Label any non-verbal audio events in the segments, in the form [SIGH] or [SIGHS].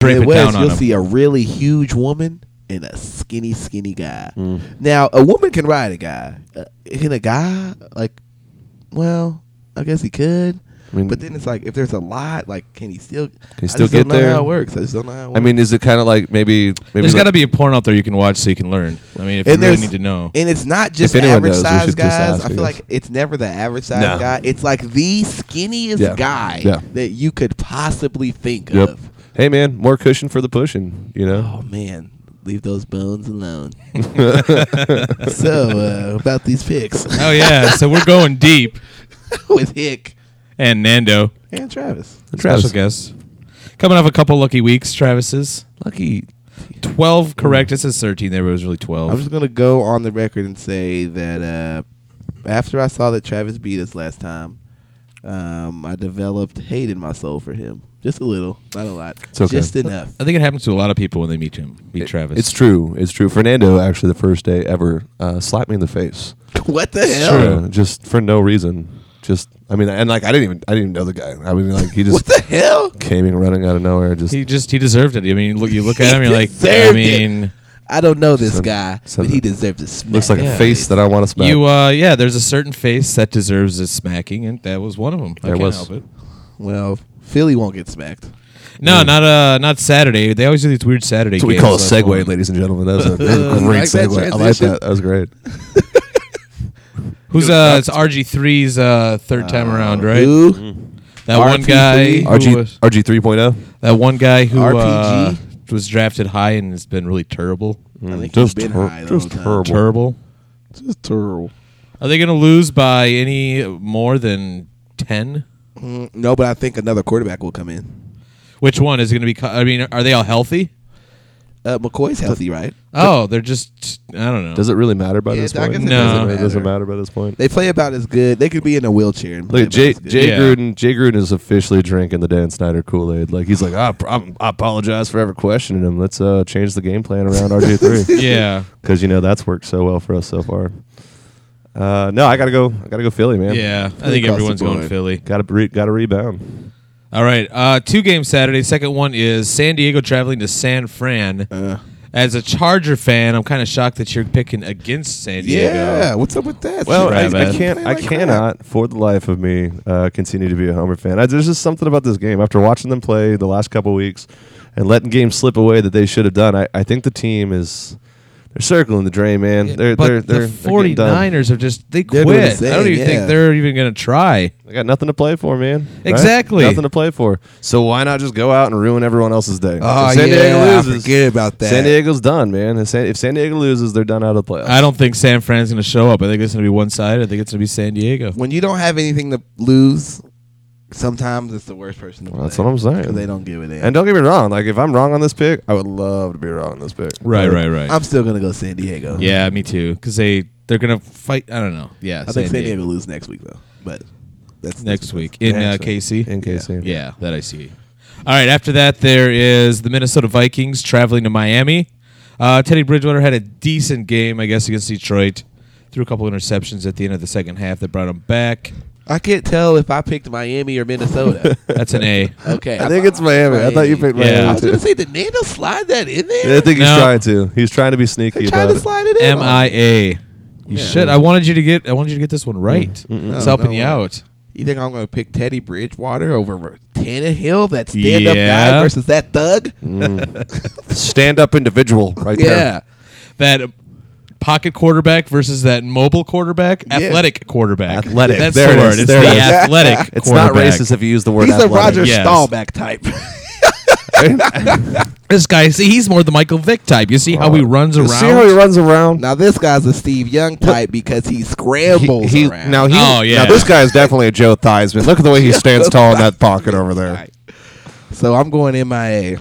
Drape it Midwest, down on you'll him. see a really huge woman and a skinny, skinny guy. Mm. Now, a woman can ride a guy. Uh, can a guy like? Well, I guess he could. I mean- but then it's like if there's a lot, like can he still? Can he still get don't know there? How it works? I just don't know how. It works. I mean, is it kind of like maybe maybe There's like- got to be a porn out there you can watch so you can learn. I mean, if And you really there's- need to [LAUGHS] know. and it's not just If anyone average knows, we size should just guys. ask, I I feel guess. like it's never the average size No. guy. It's like the skinniest Yeah. guy Yeah. that you could possibly think Yep. of. Hey man, more cushion for the pushing. You know. Oh man, leave those bones alone. [LAUGHS] Oh, [LAUGHS] so uh, about these picks Oh [LAUGHS] yeah, so we're going deep [LAUGHS] with Hick and Nando. and Travis. Special guest. Coming off a couple lucky weeks, Travis's. Lucky Hmm. 12 correct. It says 13 there, but it was really I'm 12. just gonna go on the record and say that uh, after I saw that Travis beat us last time, um, I developed hate in my soul for him. Just a little, not a lot, okay. just enough. I think it happens to a lot of people when they meet him, meet It- Travis. It's true. It's true. Fernando actually the first day ever uh, slapped me in the face. [LAUGHS] what the hell? True. Uh, just for no reason. Just I mean, and like I didn't even I didn't even know the guy. I mean, like he [LAUGHS] What just the hell? came in running out of nowhere. Just He just, he deserved it. I mean, look, you look at him, He you're [LAUGHS] like, I deserved it. mean, I don't know this Son- guy, son- but he deserves a smack. looks like Yeah. a face that I want to smack. you, uh, yeah, there's a certain face that deserves a smacking, and that was one of them. I There can't was. help it. well, Philly won't get smacked. No, not uh, not Saturday. They always do these weird Saturday. That's what we games. call a That's one. segue, ladies and gentlemen. [LAUGHS] That's a, that's a I great like that segue. I like transition. that. That was great. Who's uh? It's RG3's uh third time around, right? Who? Mm-hmm. That one guy. RG3? who RG was- RG 3.0. That one guy who uh, RPG? was drafted high and has been really terrible. I think Just he's been ter- high the just whole time. terrible. Terrible. Just terrible. Are they going to lose by any more than ten? Mm, no, but I think another quarterback will come in. Which one is going to be? co- I mean, are they all healthy? Uh, McCoy's healthy, right? Oh, they're just. I don't know. Does it really matter by Yeah, this I point? guess it No. Does it, doesn't doesn't matter. matter by this point. They play about as good. They could be in a wheelchair. And play Look, about Jay, as good. Jay Yeah. Gruden. Jay Gruden is officially drinking the Dan Snyder Kool Aid. Like he's like, I, I'm- I apologize for ever questioning him. Let's uh, change the game plan around RG three [LAUGHS] yeah. because you know that's worked so well for us so far. Uh, no, I gotta go. I gotta go Philly, man. Yeah. I Across think the everyone's going board. Philly. Gotta re- gotta rebound. All right. Uh, two games Saturday. Second one is San Diego traveling to San Fran. Uh, As a Charger fan, I'm kind of shocked that you're picking against San Diego. yeah, what's up with that? Well, shit? Right, I, I man. can't. Play I like crap. cannot, for the life of me, uh, continue to be a Homer fan. I, there's just something about this game. After watching them play the last couple weeks and letting games slip away that they should have done, I, I think the team is they're circling the drain, man. They're but they're the they're they're getting done. 49ers are just they They're quit. doing the I don't same, even yeah. think they're even going to try. They got nothing to play for, man. Right? Exactly. Nothing to play for. So why not just go out and ruin everyone else's day? Oh, If San yeah, Diego I loses, forget about that. San Diego's done, man. If San, if San Diego loses, they're done out of the playoffs. I don't think San Fran's going to show up. I think it's going to be one side. I think it's going to be San Diego. when you don't have anything to lose, sometimes it's the worst person to play. Well, that's what I'm saying. 'Cause They don't give it in. and don't get me wrong. Like if I'm wrong on this pick, I would love to be wrong on this pick. Right, But right, right. I'm still gonna go San Diego. yeah, me too. Because they they're going to fight. I don't know. Yeah, I think San Diego lose next week though, but that's next week in uh, Actually, KC. in KC. Yeah, that I see. All right, after that, there is the Minnesota Vikings traveling to Miami. Uh, Teddy Bridgewater had a decent game, I guess, against Detroit. Threw a couple interceptions at the end of the second half that brought him back. I can't tell if I picked Miami or [LAUGHS] Minnesota. That's an A. okay, I think it's Miami. I thought you picked Yeah. Miami. I was too. gonna say did Nando slide that in there. I think he's No. trying to. He's trying to be sneaky They're about trying to it. slide it in. M I A. You should. I wanted you to get. I wanted you to get this one right. Mm-hmm. It's No, helping no you way. out. You think I'm gonna pick Teddy Bridgewater over Tannehill, that stand up guy Yeah. versus that thug? Stand up individual, right Yeah. That uh, pocket quarterback versus that mobile quarterback, athletic quarterback. Athletic. That's There the it word. is. It's There the it is. athletic. [LAUGHS] It's not quarterback. racist if you use the word. He's a athletic. Roger Yes. Staubach type. [LAUGHS] This guy, see, he's more the Michael Vick type. You see how [LAUGHS] he runs around. See how he runs around. now this guy's a Steve Young type because he scrambles he, around. Now he, Oh, yeah. now this guy is definitely a Joe Theismann. Look at the way he stands tall in that pocket over there. so I'm going MIA.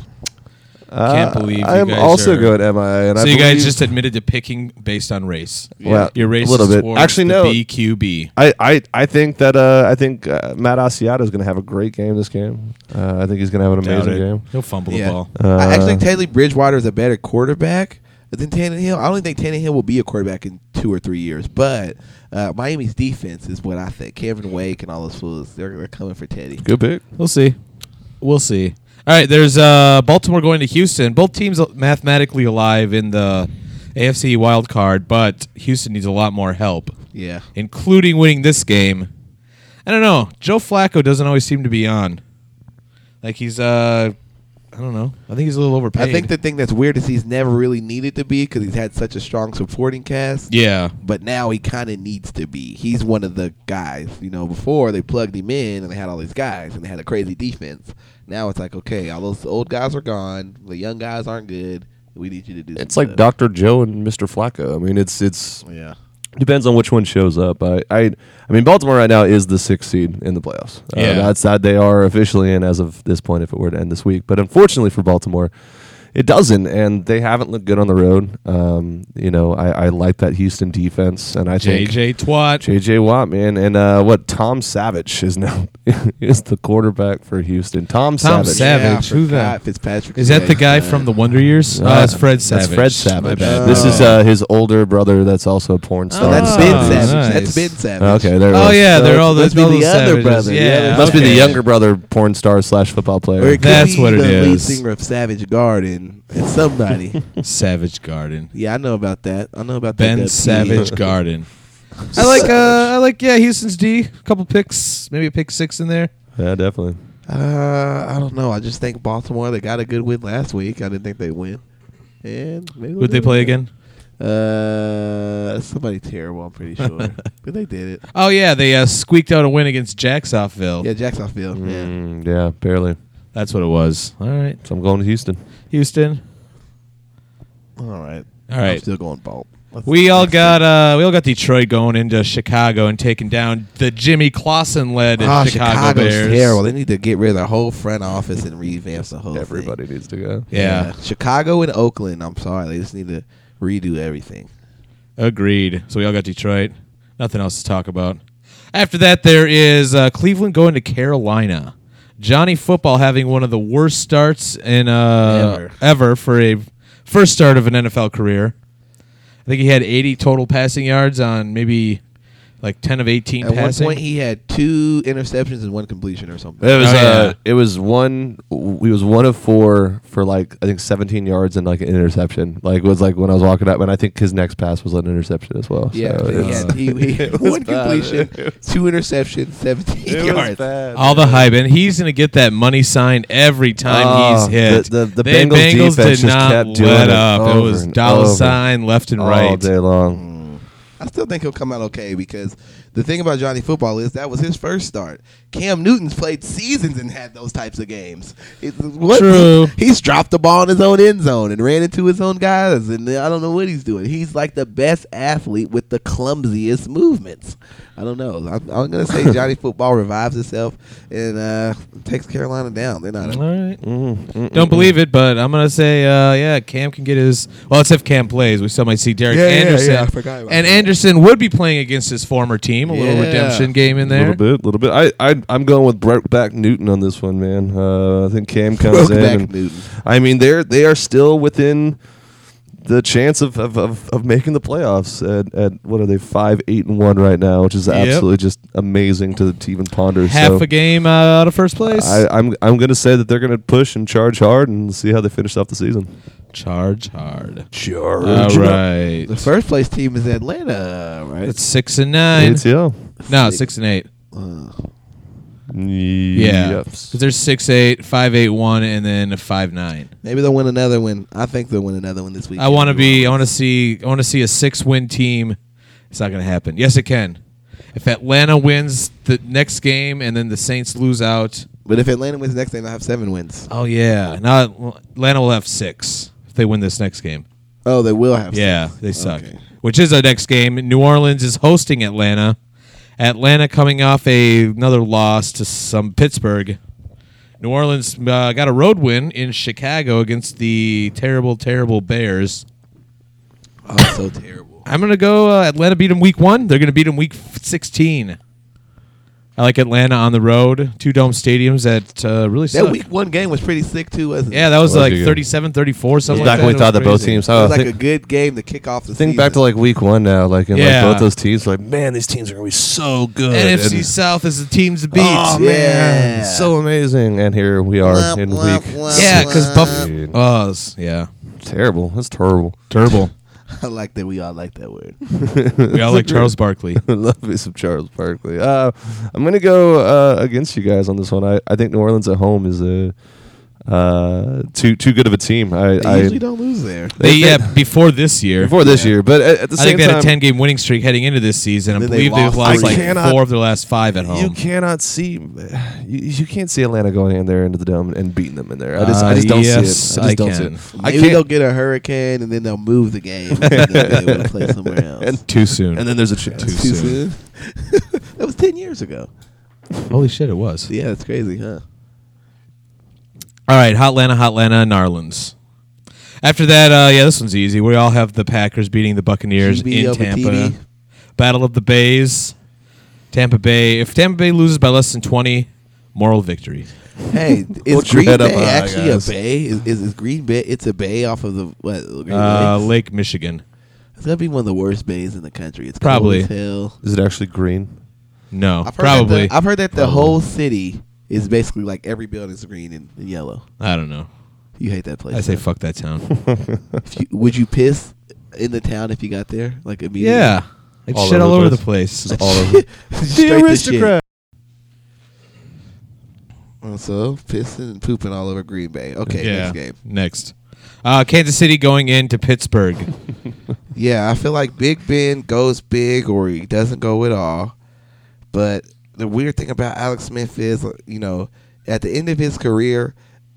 Can't believe you I am guys Uh, also are- good at MIA. And So I you guys believe- just admitted to picking based on race. Well, Your race a little bit. Actually, no. BQB. I, I, I think that uh, I think uh, Matt Asiata is going to have a great game this game. Uh, I think he's going to have an amazing game. He'll fumble Yeah. the ball. I actually think Teddy Bridgewater is a better quarterback than Tannehill. I don't think Tannehill will be a quarterback in two or three years, but uh, Miami's defense is what I think. Kevin Wake and all those fools, they're, they're coming for Teddy. Good pick. We'll see. We'll see. All right, there's uh, Baltimore going to Houston. Both teams mathematically alive in the AFC wild card, but Houston needs a lot more help, Yeah. including winning this game. I don't know. Joe Flacco doesn't always seem to be on. Like he's, uh, I don't know. I think he's a little overpaid. I think the thing that's weird is he's never really needed to be because he's had such a strong supporting cast. Yeah. But now he kind of needs to be. He's one of the guys. You know, before they plugged him in and they had all these guys and they had a crazy defense. Now it's like, okay, all those old guys are gone. The young guys aren't good. We need you to do. It's some like stuff. Dr. Joe and Mr. Flacco. I mean, it's it's Yeah. depends on which one shows up. I I, I mean, Baltimore right now is the sixth seed in the playoffs. Uh, Yeah. that's that they are officially in as of this point. If it were to end this week, but unfortunately for Baltimore, it doesn't, and they haven't looked good on the road. Um, you know, I, I like that Houston defense, and I think JJ Twat. JJ Watt, man, and uh, what Tom Savage is now [LAUGHS] is the quarterback for Houston. Tom, Tom Savage. Savage. Yeah, I Who the- forgot Fitzpatrick. Is that the guy Yeah. from the Wonder Years? Uh, Uh, it's Fred Savage. That's Fred My Savage. bad. This is uh, his older brother. That's also a porn Oh, No, star. that's Oh, Ben nice. Savage. That's Ben Savage. Okay, there. it Oh, was. yeah, they're all the- must be all the those other savages. brother. Yeah, Yeah, It must be the okay. younger brother porn star slash football Or player. it could That's be what it the lead is. singer of Savage Garden. It's somebody. [LAUGHS] Savage Garden. yeah, I know about that. I know about that. E. Ben that. uh, Savage Garden. I like uh I like yeah Houston's D. A couple picks, maybe a pick six in there. Yeah, definitely. [LAUGHS] Uh, I don't know. I just think Baltimore. They got a good win last week. I didn't think they win. And maybe Would they play again? Uh, somebody terrible. I'm pretty sure. [LAUGHS] but they did it. Oh yeah, they uh, squeaked out a win against Jacksonville. Yeah, Jacksonville. Yeah. Mm, yeah, barely. That's what it was. All right, So I'm going to Houston. Houston. All right. All I'm right, still going Balt. Let's- we all let's see. got uh we all got Detroit going into Chicago and taking down the Jimmy Clausen led Ah, Chicago Chicago's Bears. terrible. They need to get rid of the whole front office and revamp the whole thing. Everybody needs to go. Yeah, Chicago and Oakland. I'm sorry. They just need to redo everything. agreed. So we all got Detroit. Nothing else to talk about. After that, there is uh, Cleveland going to Carolina. Johnny Football having one of the worst starts in uh, Ever. ever for a first start of an NFL career. I think he had 80 total passing yards on maybe like 10 of 18 At passing. one point, he had two interceptions and one completion or something. It was Oh, yeah. uh, it was one. He was one of four for like I think 17 yards and like an interception. Like it was like when I was walking up, and I think his next pass was an interception as well. yeah, so but he it's- had, [LAUGHS] he, he had it was one bad. completion, two interceptions, 17 It was yards. bad. all the hype, and he's going to get that money sign every time Oh, he's hit. the- the- the They- Bengals defense did just not kept doing let it up. It over was and dollar over. Oh, sign left and all right. day Mm. long. I still think he'll come out okay because the thing about Johnny Football is that was his first start. Cam Newton's played seasons and had those types of games. It, what, True. he's dropped the ball in his own end zone and ran into his own guys, and I don't know what he's doing. He's like the best athlete with the clumsiest movements. I don't know. I'm, I'm [LAUGHS] gonna say Johnny Football revives itself and uh, takes Carolina down. They're not. All A, right. Mm, Don't believe it, but I'm gonna say, uh, yeah, Cam can get his. Well, let's if Cam plays. We still might see Derek Yeah, yeah, Anderson. yeah, I forgot about and that. Anderson would be playing against his former team. A little Yeah. redemption game in there. A little bit, a little bit. I, I, I'm going with Brokeback Newton on this one, man. Uh, I think Cam comes in. Brokeback and- Newton. I mean, they're they are still within the chance of of, of, of making the playoffs at, at what are they five eight and one right now, which is Yep. absolutely just amazing to, to even ponder. Half so a game uh, out of first place. I, I'm I'm going to say that they're going to push and charge hard and see how they finish off the season. Charge hard. Charge. All right. the first place team is Atlanta, right? It's six and nine. ATL. No, six and eight. Uh, Yeah. Yeah. 'Cause there's six eight, five eight one, and then a five nine. Maybe they'll win another one. I think they'll win another one this week. I want to be. I want to see. I want to see a six-win team. It's not going to happen. Yes, it can. If Atlanta wins the next game and then the Saints lose out, But if Atlanta wins next game, they'll have seven wins. oh yeah, now Atlanta will have six if they win this next game. Oh, they will have. Yeah, they suck. Okay. Which is our next game. New Orleans is hosting Atlanta. Atlanta coming off a, another loss to some Pittsburgh. New Orleans uh, got a road win in Chicago against the terrible, terrible Bears. Seven. Oh, so terrible. I'm gonna go. Uh, Atlanta beat them week one. They're gonna beat them week f- 16. I like Atlanta on the road. Two dome stadiums that uh, really That suck. week one game was pretty sick too, wasn't Yeah, it? that was Well, like that's good. 37, 34, something like back that. when we It thought was that both crazy. teams. It I was like [LAUGHS] think, a good game to kick off the think back to season. like week one now. Like in Yeah. like both those teams, like man, these teams are gonna be so good. NFC And- South is the teams to beat. Oh Yeah. man, it's so amazing. And here we are Womp, in womp, week. womp. yeah, because Dude. Buff. Oh, it's- yeah, Terrible. That's terrible. [LAUGHS] terrible. [LAUGHS] I like that we all like that word. [LAUGHS] we all like Charles [LAUGHS] Barkley. Love me some Charles Barkley. Uh, I'm gonna go uh, against you guys on this one. I, I think New Orleans at home is a uh, too too good of a team. I, They I usually don't lose there. They, yeah, before this year. before this year, but at, at the I same think they had time, a 10 game winning streak heading into this season. I And then they believe they've lost lost three. like I cannot- four of their last five at home. You cannot see, [SIGHS] you, you can't see Atlanta going in there into the dome and beating them in there. I just, Uh, I just don't yes, see it. I just I don't can. see it. I Maybe they'll can't. get a hurricane and then they'll move the game. and then [LAUGHS] they will play somewhere else. And, Too soon. and then there's a chance. Too Too soon. soon. [LAUGHS] that was ten years ago. Holy shit, it was. Yeah, that's crazy, huh? All right, Hotlanta, Hotlanta, Narlands. After that, uh, yeah, this one's easy. We all have the Packers beating the Buccaneers GB in over Tampa. TB. Battle of the Bays. Tampa Bay. If Tampa Bay loses by less than 20, moral victory. [LAUGHS] Hey, your is Green head up Bay high, actually guys. a bay? Is, is, is Green Bay? It's a bay off of the what? Green Uh, Lakes? Lake Michigan. It's gonna be one of the worst bays in the country. It's Probably. cold as hell. Is it actually [LAUGHS] green? No, I've heard that probably. the- I've heard that the whole city is basically like every building's green and, and yellow. I don't know. You hate that place. I say huh? fuck that town. If you- would you piss in the town if you got there? Like immediately? yeah. It's All shit over all the over the place. place. All [LAUGHS] over. [LAUGHS] Straight to shit. Uh, So pissing and pooping all over Green Bay. Okay, yeah. next game. Next. Uh, Kansas City going into Pittsburgh. Yeah, I feel like Big Ben goes big or he doesn't go at all. But the weird thing about Alex Smith is, uh, you know, at the end of his career,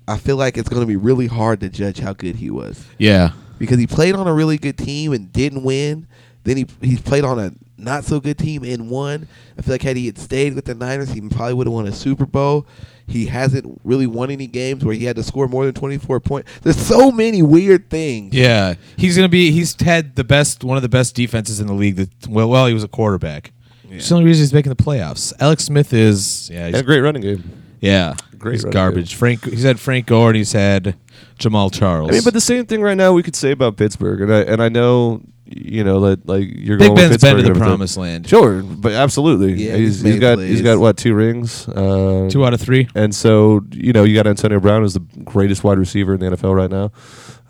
I feel like it's going to be really hard to judge how good he was yeah. because he played on a really good team and didn't win. Then he he played on a not so good team and won. I feel like had he had stayed with the Niners, he probably would have won a Super Bowl. He hasn't really won any games where he had to score more than twenty four points. There's so many weird things. Yeah, he's gonna be. He's had the best, one of the best defenses in the league. That well, well, he was a quarterback. It's the only reason he's making the playoffs. Alex Smith is yeah, And a he's, great running game. yeah, Great he's running garbage. Frank, he's had Frank Gore and he's had Jamal Charles. I mean, but the same thing right now we could say about Pittsburgh, and I and I know you know that like you're Big Ben's been going with to Pittsburgh and the everything. promised land. Sure, but absolutely. Yeah, he's he's, he's made got plays. he's got what two rings. Uh, Two out of three. And so, you know, you got Antonio Brown who's the greatest wide receiver in the NFL right now.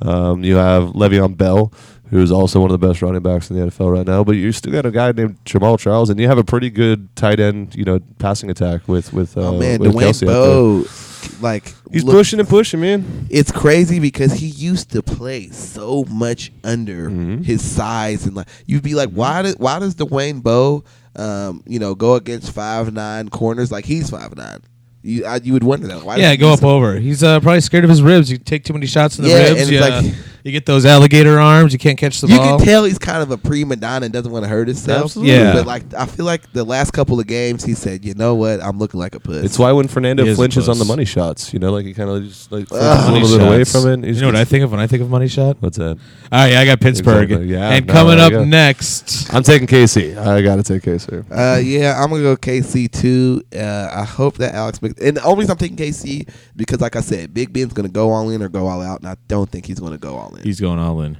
Um, you have Le'Veon Bell, who's also one of the best running backs in the NFL right now. But you still got a guy named Jamal Charles, and you have a pretty good tight end, you know, passing attack with with uh, Oh man, with Dwayne Kelce out there. Bowe, like He's look, pushing and pushing, man. It's crazy because he used to play so much under Mhm. his size, and like you'd be like, why does why does Dwayne Bowe, um, you know, go against five nine corners like he's five nine? You I, you would wonder that. Why does yeah, he go do up so- over. He's uh, probably scared of his ribs. You take too many shots in the Yeah, and ribs. it's You, like- you get those alligator arms. You can't catch the You ball. can tell he's kind of a prima donna and doesn't want to hurt himself. Absolutely. Yeah. but like I feel like the last couple of games, he said, you know what, I'm looking like a puss. It's why when Fernando He is flinches close. on the money shots, you know, like he kind of just like flinches Ugh. a Money little bit away shots. from it. He's you know what I just- think of when I think of money shot? What's that? All right, I got Pittsburgh. Exactly, yeah, and no, coming there up you go. next, I'm taking KC. I gotta take KC. Uh, yeah, I'm gonna go KC too. Uh, I hope that Alex Mc- and the only reason I'm taking KC because, like I said, Big Ben's gonna go all in or go all out, and I don't think he's gonna go all in. He's going all in.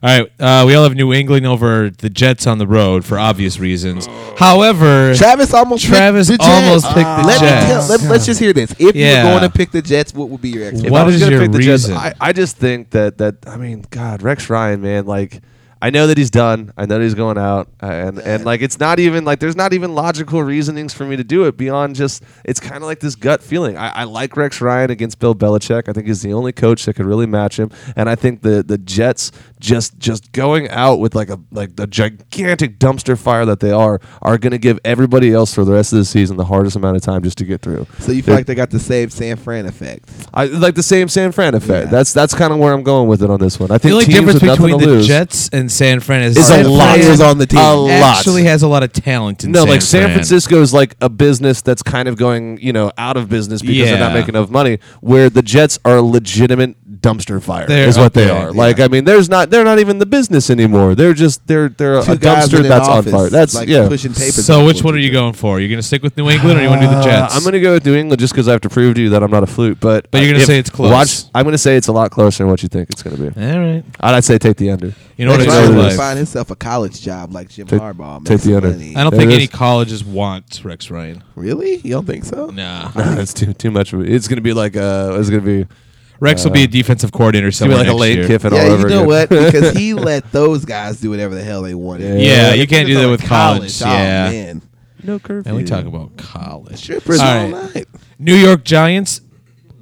All right, uh, we all have New England over the Jets on the road for obvious reasons. However, Travis almost Travis picked the almost Jets. picked the let Jets. Me tell, let, let's just hear this. If Yeah. you were going to pick the Jets, what would be your If expectation? What I was is gonna your pick the Jets, reason? I, I just think that that I mean, God, Rex Ryan, man, like I know that he's done. I know that he's going out, uh, and and like it's not even like there's not even logical reasonings for me to do it beyond just it's kind of like this gut feeling. I, I like Rex Ryan against Bill Belichick. I think he's the only coach that could really match him, and I think the the Jets just just going out with like a like the gigantic dumpster fire that they are are going to give everybody else for the rest of the season the hardest amount of time just to get through. So you They're- feel like they got the same San Fran effect? I like the same San Fran effect. Yeah. That's that's kind of where I'm going with it on this one. I the think only teams difference with nothing between to the lose. Jets and San Fran is, It's a San lot. Fran Players on the team. A lot. Actually, has a lot of talent in no, San like San Fran. Francisco is like a business that's kind of going, you know, out of business because they're Yeah. not making enough money. Where the Jets are a legitimate dumpster fire They're- is what they okay, are. yeah. Like I mean, there's not they're not even the business anymore. They're just they're they're Two a guys in dumpster an that's office, on fire. That's like yeah. pushing papers. So back which and one are forth. you going for? You're gonna stick with New England, or you want to do the Jets? Uh, I'm going to go with New England just because I have to prove to you that I'm not a flute. But But you're gonna if- say it's close. Watch, I'm going to say it's a lot closer than what you think it's going to be. All right. I'd I'd say take the under. You know what Next it's That's Ryan what like. would find himself a college job like Jim Take- Harbaugh. take the making under. money. I don't There think it any is. colleges want Rex Ryan. Really? You don't think so? [LAUGHS] Nah. That's too too much. Of it. It's going to be like uh, it's going to be it's Rex will be a defensive coordinator going to Uh, be somewhere like a next late year. Kiffin all Yeah, over you know what? again. [LAUGHS] Because he let those guys do whatever the hell they wanted. Yeah, you can't do that with college, Oh, yeah. man. no curve. And we talk about college. Strippers All all right. night. New York Giants.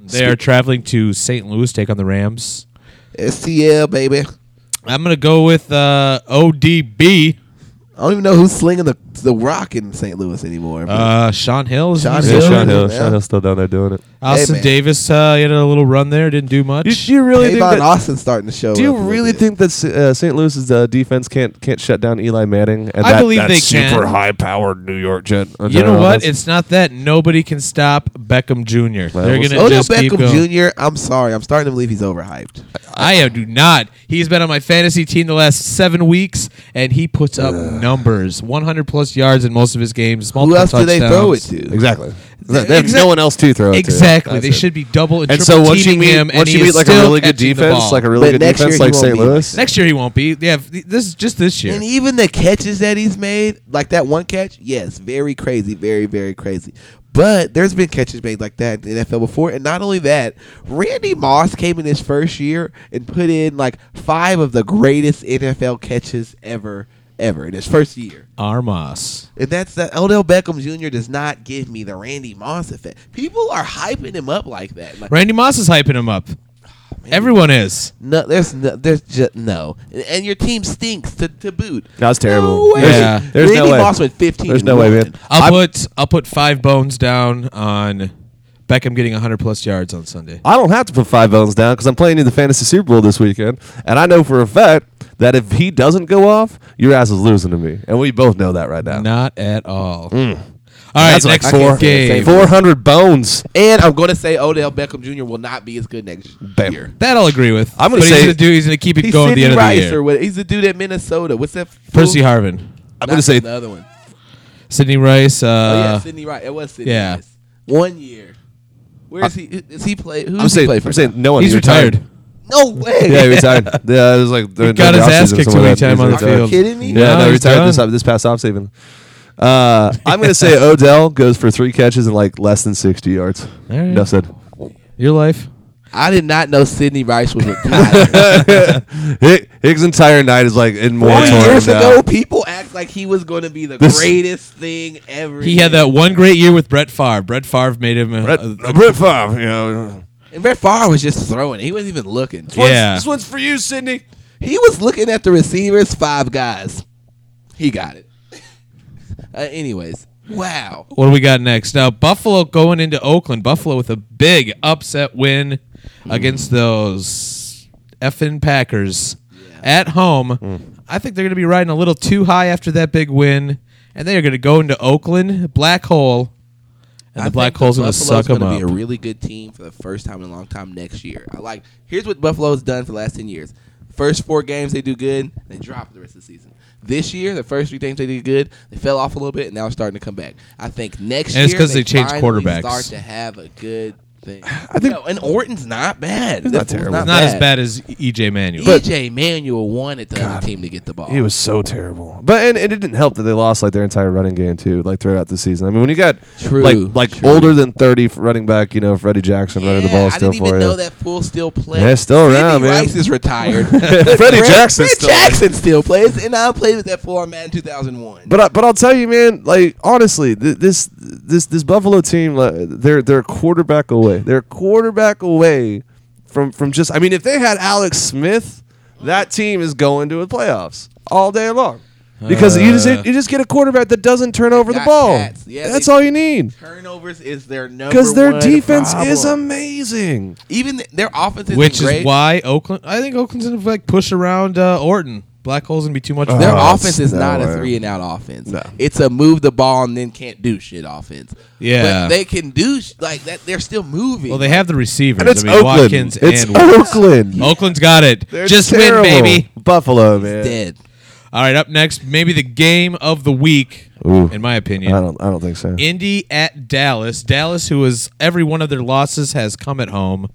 They are traveling to St. Louis, take on the Rams. STL, baby. I'm gonna go with uh, ODB. I don't even know who's slinging the the rock in St. Louis anymore. Uh, Sean Hill. is- Sean Yeah, Hill. Sean Hill. Hill. Sean Hill's still down there doing it. Austin Hey, man. Davis uh, he had a little run there, didn't do much. You, you really Kayvon think that, Austin starting to show. Do up a you little really bit. think that uh, St. Louis's uh, defense can't can't shut down Eli Manning? And I that, believe that they super can. high powered New York [LAUGHS] jet. You know what? It's not that nobody can stop Beckham Jr. Well, They're gonna Odell just keep going. Oh, Beckham Jr. I'm sorry, I'm starting to believe he's overhyped. I am- do not. He's been on my fantasy team the last seven weeks, and he puts up numbers: 100 plus yards in most of his games. Who multiple else do they throw it touchdowns. to? exactly. They have Exact- no one else to throw it to. Exactly. That's they it. should be double and, And triple so once you teaming meet, him. once and you he is meet like a still really good catching the defense, ball. like a really But good next year defense, he like won't St. be. Louis. next year he won't be. They have this is just this year. And even the catches that he's made, like that one catch, yes, very crazy, very, very crazy. But there's been catches made like that in the NFL before. And not only that, Randy Moss came in his first year and put in like five of the greatest NFL catches ever, ever in his first year. Armas. And that's that Odell Beckham Jr. does not give me the Randy Moss effect. People are hyping him up like that. Like, Randy Moss is hyping him up. man, Everyone is. No, there's no, there's just no, and, and your team stinks to, to boot. That was terrible. No way. Yeah. There's Randy no way. Moss went 15. There's and no way, one. man. I'll I- put I'll put five bones down on Beckham getting 100 plus yards on Sunday. I don't have to put five bones down because I'm playing in the fantasy Super Bowl this weekend, and I know for a fact that if he doesn't go off, your ass is losing to me, and we both know that right now. Not at all. All right, Mm. That's next like four, game. four hundred bones. And I'm going to say Odell Beckham Jr. will not be as good next Bam. year. That I'll agree with. I'm gonna But say- he's gonna do. He's gonna keep it He's going at Sidney the end Rice of the or year. what? He's the dude at Minnesota. What's that? fool? Percy Harvin, I'm Not gonna say the other one. Sidney Rice. Uh, oh yeah, Sidney Rice. It was Sidney yeah. Rice. One year. Where is he? Is he play? Who I'm does he saying, play for? I'm saying no one. he's he retired. no way. yeah, he retired. [LAUGHS] Yeah, it was like during- got during the his ass offseason, kicked something too many like that. times He's on the retired. field. Are you kidding me? Yeah, No, no, he's retired this done. this past off season. Uh, I'm [LAUGHS] gonna say Odell goes for three catches and like less than 60 yards. All right. Enough said. [LAUGHS] Your life. I did not know Sidney Rice [LAUGHS] was retired. Hick- Higgs' entire night is like in Forty moratorium years now. ago, people act like he was going to be the This- greatest thing ever. He had that one great year with Brett Favre. Brett Favre made him. a- Brett, a- uh, Brett Favre, you know. And Brett Favre was just throwing. it. He wasn't even looking. one's- Yeah. This one's for you, Sydney. He was looking at the receivers, five guys. He got it. uh, anyways, wow. What do we got next? Now Buffalo going into Oakland. Buffalo with a big upset win against those effing Packers at home. I think they're going to be riding a little too high after that big win, and they are going to go into Oakland black hole, and the black hole's going to suck them going up. to be a really good team for the first time in a long time next year. I like. Here's what Buffalo's done for the last ten years. First four games they do good, they drop the rest of the season. This year, the first three games they did good, they fell off a little bit, and now it's starting to come back. I think next And it's year 'cause they changed finally quarterbacks. Start to have a good thing. I think, and Orton's not bad. He's not terrible. It's not as bad as EJ Manuel. EJ E Manuel wanted the other team to get the ball. He was so terrible. But and, and it didn't help that they lost like their entire running game too, like throughout the season. I mean, when you got True, like like true. older than 30 f- running back, you know, Freddie Jackson running the Yeah, ball still I didn't even for know you. that fool still played. Yeah, it's still Sidney around, man. Rice is [LAUGHS] retired. Freddie Fred Jackson's still around. Jackson still plays, and I played with that fool on Madden 2001. But I, but I'll tell you, man. Like honestly, th- this this this Buffalo team, like, they're they're a quarterback away. They're a quarterback away from from just. I mean, if they had Alex Smith, that team is going to the playoffs all day long. Because you just Uh. you just get a quarterback that doesn't turn over the got ball. cats. Yeah, That's they- all you need. turnovers is their number Because their one defense problem. is amazing. even th- their offense, isn't which great. is why Oakland. I think Oakland's gonna like push around uh, Orton black hole's gonna be too much. for Oh, them. Their that's- offense is not no a way. three and out offense. No. It's a move the ball and then can't do shit offense. Yeah. but they can do sh- like that. They're still moving. well, they have the receivers. And it's I mean, Oakland. Watkins it's and Oakland. Oakland's got it. They're Just terrible. win, baby. Buffalo, man. dead. All right, up next, maybe the game of the week, Ooh. in my opinion. I don't. I don't think so. Indy at Dallas. Dallas, who is every one of their losses has come at home,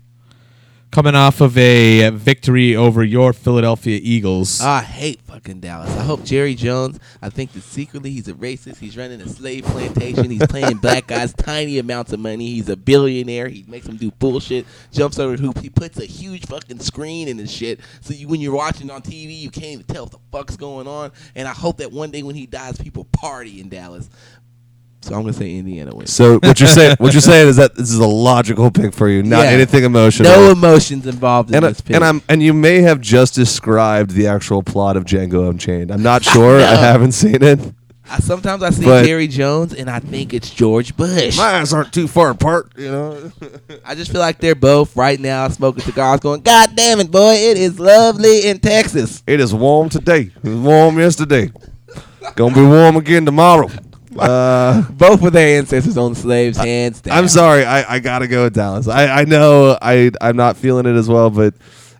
coming off of a victory over your Philadelphia Eagles. I hate fucking Dallas. I hope Jerry Jones. I think that secretly he's a racist. He's running a slave plantation. He's [LAUGHS] paying black guys tiny amounts of money. He's a billionaire. He makes them do bullshit. Jumps over hoop. He puts a huge fucking screen in his shit. So you, when you're watching on TV, you can't even tell what the fuck's going on. And I hope that one day when he dies, people party in Dallas. So I'm gonna say Indiana wins. So what you're saying? What you're saying is that this is a logical pick for you, not Yeah. anything emotional. No emotions involved in and, I, this pick. and I'm and you may have just described the actual plot of Django Unchained. I'm not sure. I No. haven't seen it. I, sometimes I see But- Jerry Jones and I think it's George Bush. eyes aren't too far apart, you know. I just feel like they're both right now smoking cigars, going, "God damn it, boy, it is lovely in Texas." It is warm today. It was warm yesterday. Gonna be warm again tomorrow. Uh, Both were their ancestors on slaves, hands down. I'm sorry. I, I gotta go with Dallas. I, I know I I'm not feeling it as well, but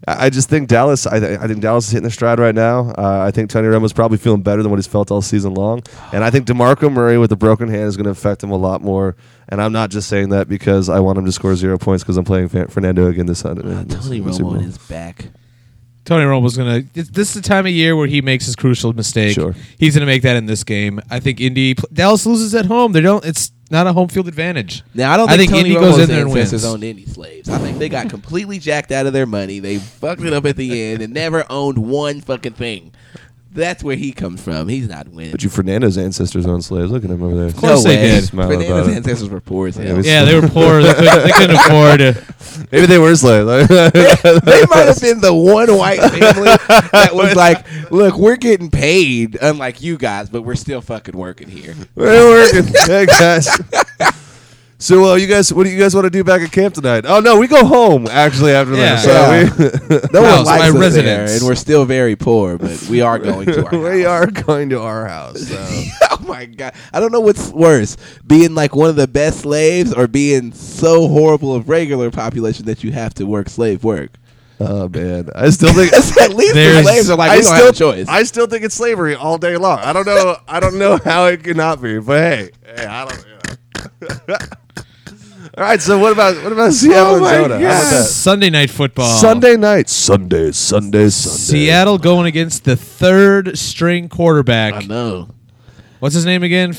I I just think Dallas. I, I think Dallas is hitting the stride right now. Uh, I think Tony Romo's probably feeling better than what he's felt all season long, and I think Demarco Murray with a broken hand is going to affect him a lot more. And I'm not just saying that because I want him to score zero points because I'm playing Fan- Fernando again this Sunday. Uh, this- Tony this Super Bowl. Romo is back. Tony Romo's gonna. it's- This is the time of year where he makes his crucial mistake. Sure. He's gonna make that in this game. I think Indy. Dallas loses at home. They don't. It's not a home field advantage. Now I don't I think, think Tony Indy Romo's goes in there and ancestors wins. owned any slaves. I think they got completely jacked out of their money. They fucked it up at the end and never owned one fucking thing. That's where he comes from. He's not winning. But you Fernando's ancestors own slaves. Look at him over there. Of course they did. Smiling about Fernando's it. ancestors were poor as Yeah, hell. we Yeah, they were poor. they, couldn't, they [LAUGHS] couldn't afford. to- Maybe they were [LAUGHS] slaves. [LAUGHS] they might have been the one white family that was like, "Look, we're getting paid, unlike you guys, but we're still fucking working [LAUGHS] here." We're working. hey guys. So, uh, you guys, what do you guys want to do back at camp tonight? Oh no, we go home actually after Yeah. that. So No, No one it's likes my us residence. there, and we're still very poor, but we are going [LAUGHS] to we our. we house. are going to our house. So. [LAUGHS] oh my god! I don't know what's worse: being like one of the best slaves, or being so horrible of regular population that you have to work slave work. oh man, I [LAUGHS] still think. At least the There's- slaves are like, I we still, don't have a choice. I still think it's slavery all day long. I don't know. I don't know how it could not be. But hey, hey, I don't. you know. [LAUGHS] all right. So what about what about Seattle Oh and my Arizona? How about God. that? Sunday night football. Sunday night, Sunday, Sunday, Sunday. Seattle going against the third string quarterback. I know. What's his name again?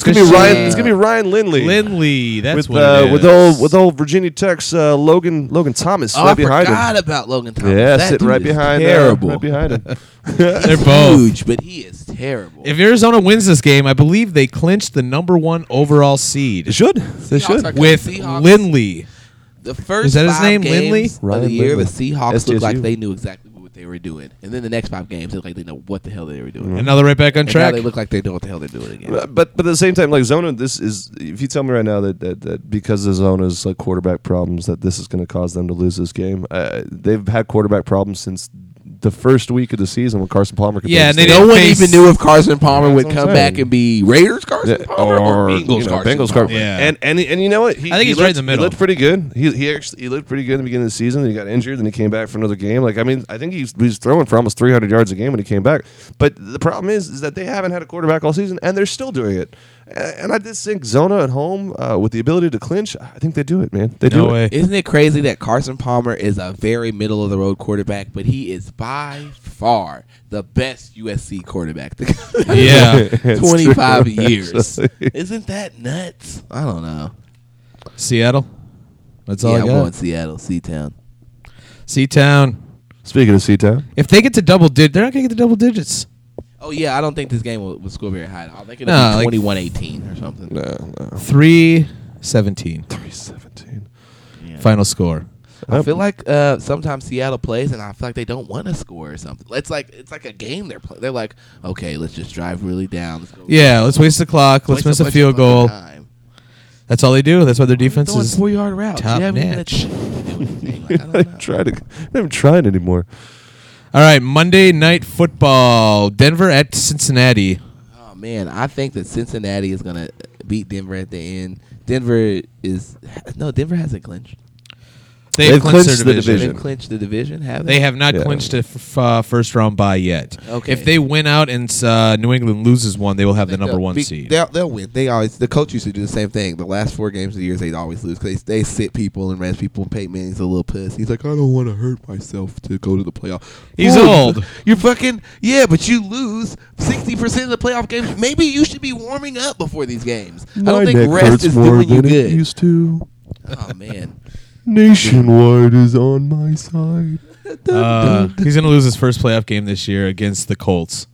It's gonna be Ryan. It's gonna be Ryan Lindley. Lindley. That's with what uh, it with is. old with old Virginia Tech's uh, Logan Logan Thomas Oh, right I behind forgot him. about Logan Thomas. Yeah, That sitting dude right is behind, uh, Terrible. right [LAUGHS] behind him. They're both. huge, but he is terrible. If Arizona wins this game, I believe they clinch the number one overall seed They should. They Seahawks should. are- with Seahawks. Lindley. the first Is that his five name, games Lindley? of Ryan the year, Lindley. the Seahawks SDSU. looked like they knew exactly what they were doing, and then the next five games, it's like they know what the hell they were doing. And now they're right back on Mm-hmm. And now track. they look like they know what the hell they're doing again. Uh, But but at the same time, like Zona, this is if you tell me right now that that, that because of Zona's like quarterback problems, that this is going to cause them to lose this game. Uh, they've had quarterback problems since the first week of the season when Carson Palmer. could Yeah, play and the they state. don't- No one Face- even knew if Carson Palmer would That's what come I'm back saying. and be Raiders Carson Yeah, Palmer or, Bengals you know, Carson Bengals Palmer. Carson. Yeah. And and and you know what? He, I think he he's looked, right in the middle. He looked pretty good. He he actually he looked pretty good in the beginning of the season. Then he got injured. Then he came back for another game. Like I mean, I think he's he's throwing for almost 300 yards a game when he came back. But the problem is is that they haven't had a quarterback all season, and they're still doing it. A- And I just think Zona at home uh, with the ability to clinch, I think they do it, man. They No do way. it. Isn't it crazy that Carson Palmer is a very middle of the road quarterback, but he is by far the best USC quarterback. [LAUGHS] Yeah. [LAUGHS] It's true, 25 [LAUGHS] years. actually. Isn't that nuts? I don't know. Seattle. That's all yeah, I I'm going got. Seattle, Sea Town. Sea Town. Speaking of Seatown, If they get to double digit, they're not gonna get to double digits. Oh yeah, I don't think this game will, will score very high. at all. I think it'll No, like- be 21-18 or something. no, no, Three seventeen. 317. Yeah. Final score. I feel like uh, sometimes Seattle plays, and I feel like they don't want to score or something. It's like it's like a game they're playing. They're like, okay, let's just drive really down. Let's go Yeah, let's waste the clock. Let's Waste miss a bunch field of goal. fucking time. That's all they do. That's why their defense Throwing is. four yard routes. top You haven't even notch. [LAUGHS] had to do anything. Like, I don't I'm know. trying to, I'm not even trying anymore. All right, Monday Night Football. Denver at Cincinnati. Oh man, I think that Cincinnati is gonna beat Denver at the end. Denver is no, Denver hasn't clinched. They They've have clinched, their clinched the division. division. They've clinched the division, have they? They have not Yeah. clinched a f- uh, first round bye yet. Okay. If they win out and uh, New England loses one, they will have the number They'll one be- seed. They'll, they'll win. They always. The coach used to do the same thing. The last four games of the years, they'd always lose 'cause they, they sit people and rest people. And Peyton Manning's a little puss. He's like, I don't want to hurt myself to go to the playoff. He's Boy, old. You're fucking yeah, but you lose sixty percent of the playoff games. Maybe you should be warming up before these games. I don't think rest is doing you good. to. oh man, Nationwide is on my side. Uh, he's going to lose his first playoff game this year against the Colts.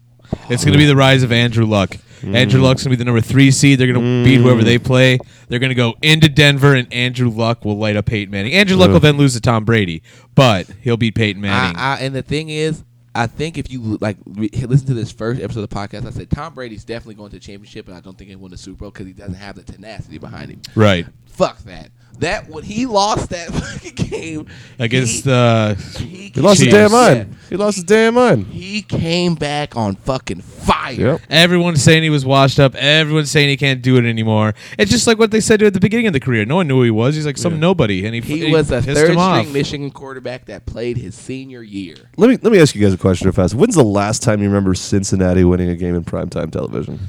It's going to be the rise of Andrew Luck. Andrew Luck's going to be the number three seed. They're going to beat whoever they play. They're going to go into Denver, and Andrew Luck will light up Peyton Manning. Andrew Luck will Ugh. then lose to Tom Brady, but he'll beat Peyton Manning. I, I, and the thing is, I think if you like re- listen to this first episode of the podcast, I said Tom Brady's definitely going to the championship, and I don't think he'll win the Super Bowl because he doesn't have the tenacity behind him. right. Fuck that. That when he lost that [LAUGHS] fucking game Against uh, the. he, he, He lost his Chiefs. damn mind. He lost his damn mind. He came back on fucking fire. Yep. Everyone's saying he was washed up. Everyone's saying he can't do it anymore. It's just like what they said to him at the beginning of the career. No one knew who he was. He's like some nobody, and he He he was a pissed him third off. string Michigan quarterback that played his senior year. Let me let me ask you guys a question real fast. When's the last time you remember Cincinnati winning a game in primetime television?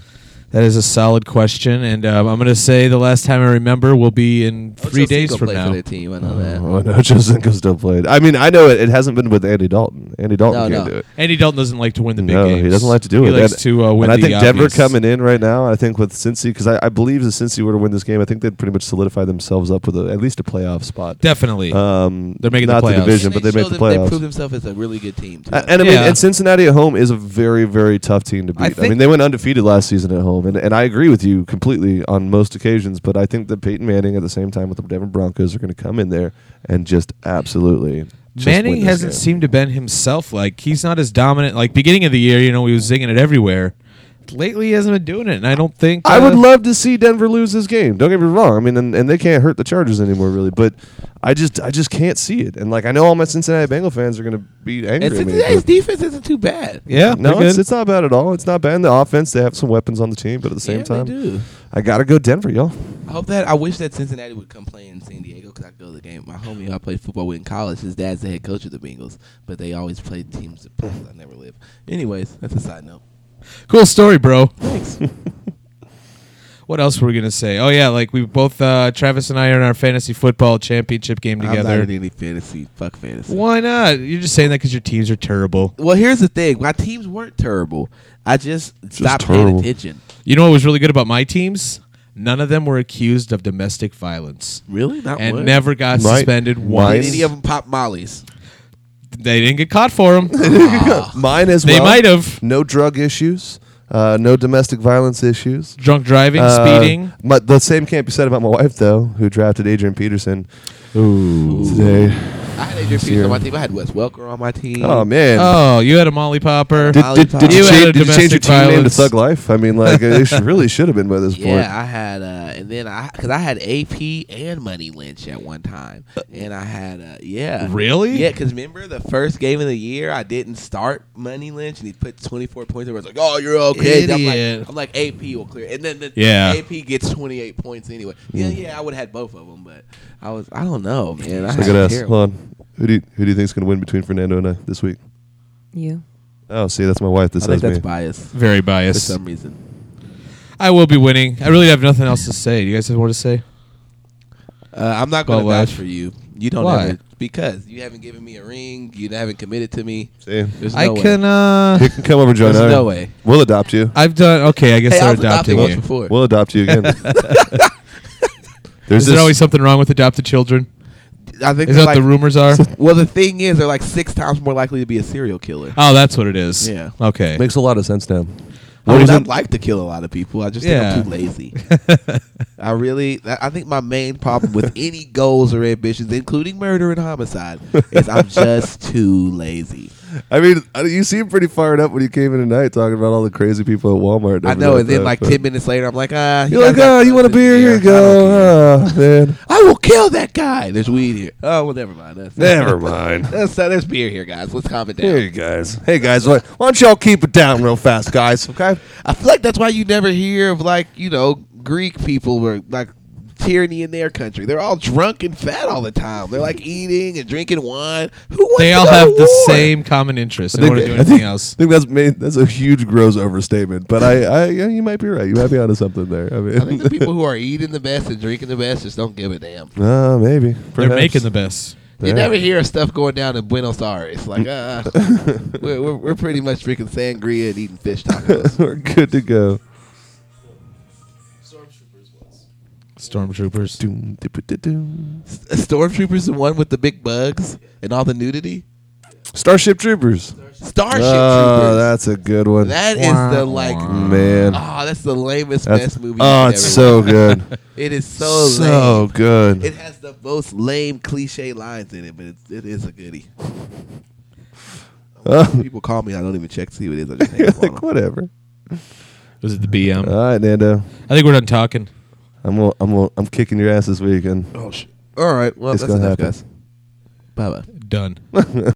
That is a solid question, and um, I'm going to say the last time I remember will be in three Ocho days Oh, Cinco from played now. for the team. I know that. Oh [LAUGHS] no, Joe Cinco still played. I mean, I know it, it hasn't been with Andy Dalton. Andy No, Dalton can't no. do it. Andy Dalton doesn't like to win the big no, games. he doesn't like to do he it. likes and, to uh, win and I the think Denver obvious. coming in right now. I think with Cincy, because I, I believe if Cincy were to win this game, I think they'd pretty much solidify themselves up with a, at least a playoff spot. Definitely. Um, They're making the not playoffs. division, but they showed make the them- They playoffs. proved themselves as a really good team. too. Uh, and I mean, Yeah. and Cincinnati at home is a very, very tough team to I beat. I, think- mean, they went undefeated last season at home, and, and I agree with you completely on most occasions. But I think that Peyton Manning, at the same time with the Denver Broncos, are going to come in there and just absolutely. Just Manning win this hasn't game. seemed to been himself. Like he's not as dominant. Like beginning of the year, you know, he was zinging it everywhere. Lately, he hasn't been doing it, and I don't think I would uh, love to see Denver lose this game. Don't get me wrong. I mean, and, and they can't hurt the Chargers anymore, really. But I just, I just can't see it. And like, I know all my Cincinnati Bengal fans are going to be angry. and at me, Cincinnati's but- defense isn't too bad. Yeah, no, they're it's, good. it's not bad at all. It's not bad. in the offense, they have some weapons on the team, but at the same Yeah, they time, do. I gotta go Denver, y'all. I hope that I wish that Cincinnati would come play in San Diego because I go to the game. My homie who I played football with in college, his dad's the head coach of the Bengals, but they always play teams that places I never live. Anyways, that's a side note. cool story, bro. [LAUGHS] Thanks. What else were we gonna say? Oh yeah, like we both uh, Travis and I are in our fantasy football championship game I'm not together. in any fantasy. Fuck fantasy. Why not? You're just saying that because your teams are terrible. Well, here's the thing. My teams weren't terrible. I just, stopped paying terrible. attention. You know what was really good about my teams? None of them were accused of domestic violence Really? Not and one. never got Right. suspended Did once. any of them pop mollies? They didn't get caught for [LAUGHS] them. Mine as They well. might have. No drug issues. Uh, no domestic violence issues. Drunk driving, Uh, speeding. my- the same can't be said about my wife though, who drafted Adrian Peterson. Ooh. Today. I had Adrian Peterson on my team. I had Wes Welker on my team. Oh man. Oh, you had a molly popper. did, Molly did, did you Pop. You had a change, did you change your domestic team name to violence. Thug Life? I mean, like it should, really should have been by this Yeah, point. I had, uh, and then I, cause I had AP and Money Lynch at one time, and I had, uh, yeah, Really? yeah, cause remember the first game of the year, I didn't start Money Lynch, and he put twenty four points. And I was like, oh, you're okay. And Idiot. I'm like, I'm like, AP will clear, and then the Yeah. Hmm. AP gets twenty eight points anyway. Yeah, yeah, I would have had both of them, but I was, I don't know, man. I Look had at us. terrible- Hold on. Who do you, who do you think's going to win between Fernando and I this week? You. Oh, see, that's my wife. This I think says that's me. biased Very for biased. some reason. I will be winning. I really have nothing else to say. Do you guys have more to say? Uh, I'm not Go going to vouch Wes. for you. You don't Why? ever because you haven't given me a ring. You haven't committed to me. See? There's no I way. can. uh You can come over, John. There's no way. We'll adopt you. I've done. Okay, I guess Hey, I they're was adopting adopting once you. before. We'll adopt you again. Is There's there this- always something wrong with adopted children? I think Is that they're like, what the rumors [LAUGHS] are? Well, the thing is, they're like six times more likely to be a serial killer. Uh, Oh, that's what it is. Yeah. Okay. makes a lot of sense now. I What would is not it? like to kill a lot of people. I just Yeah. think I'm too lazy. [LAUGHS] I really, that- I think my main problem [LAUGHS] with [LAUGHS] any goals or ambitions, including murder and homicide, is I'm just too lazy. I mean, I- you seemed pretty fired up when you came in tonight talking about all the crazy people at Walmart. I know, and then like ten minutes later, I'm like, ah, You're like, oh, you want a beer? Here you go, oh, man. I will kill that guy. There's weed here. Oh well, never mind. That's, Never [LAUGHS] mind. That's, there's beer here, guys. Let's calm it down. Here you guys. Hey guys, why, why don't y'all keep it down real fast, guys? Okay. I feel like that's why you never hear of like you know Greek people were like tyranny in their country. They're all drunk and fat all the time. They're like eating and drinking wine. Who wants They to all go to have the war? same common interest. They don't want to do anything else. I think that's made, that's a huge gross overstatement, but I, I yeah, you might be right. You might be onto something there. I I think the mean, people [LAUGHS] who are eating the best and drinking the best just don't give a damn. uh, maybe They're Perhaps. [LAUGHS] making the best. You Perhaps. never hear of stuff going down in Buenos Aires. Like, uh, [LAUGHS] we're, we're, we're pretty much drinking sangria and eating fish tacos. We're good to go. Stormtroopers. Doom, dip, dip, doom. Stormtroopers, the one with the big bugs and all the nudity. Starship Troopers. Starship Oh, Troopers. that's a good one. That is the like. man. Oh, that's the lamest That's- best movie. oh, you've it's ever so good. watched. It is [LAUGHS] so, so lame. good. It has the most lame cliche lines in it, but it's, it is a [LAUGHS] goodie. [LAUGHS] Oh, [LAUGHS] People call me. I don't even check to see what it is. I just hang up on like, 'em. [LAUGHS] whatever. Was it the BM? All right, Nando. I think we're done talking. I'm gonna, I'm gonna, I'm kicking your ass this weekend. [LAUGHS] Oh shit! All right. Well, It's that's gonna enough, happen. guys. Bye bye. Done.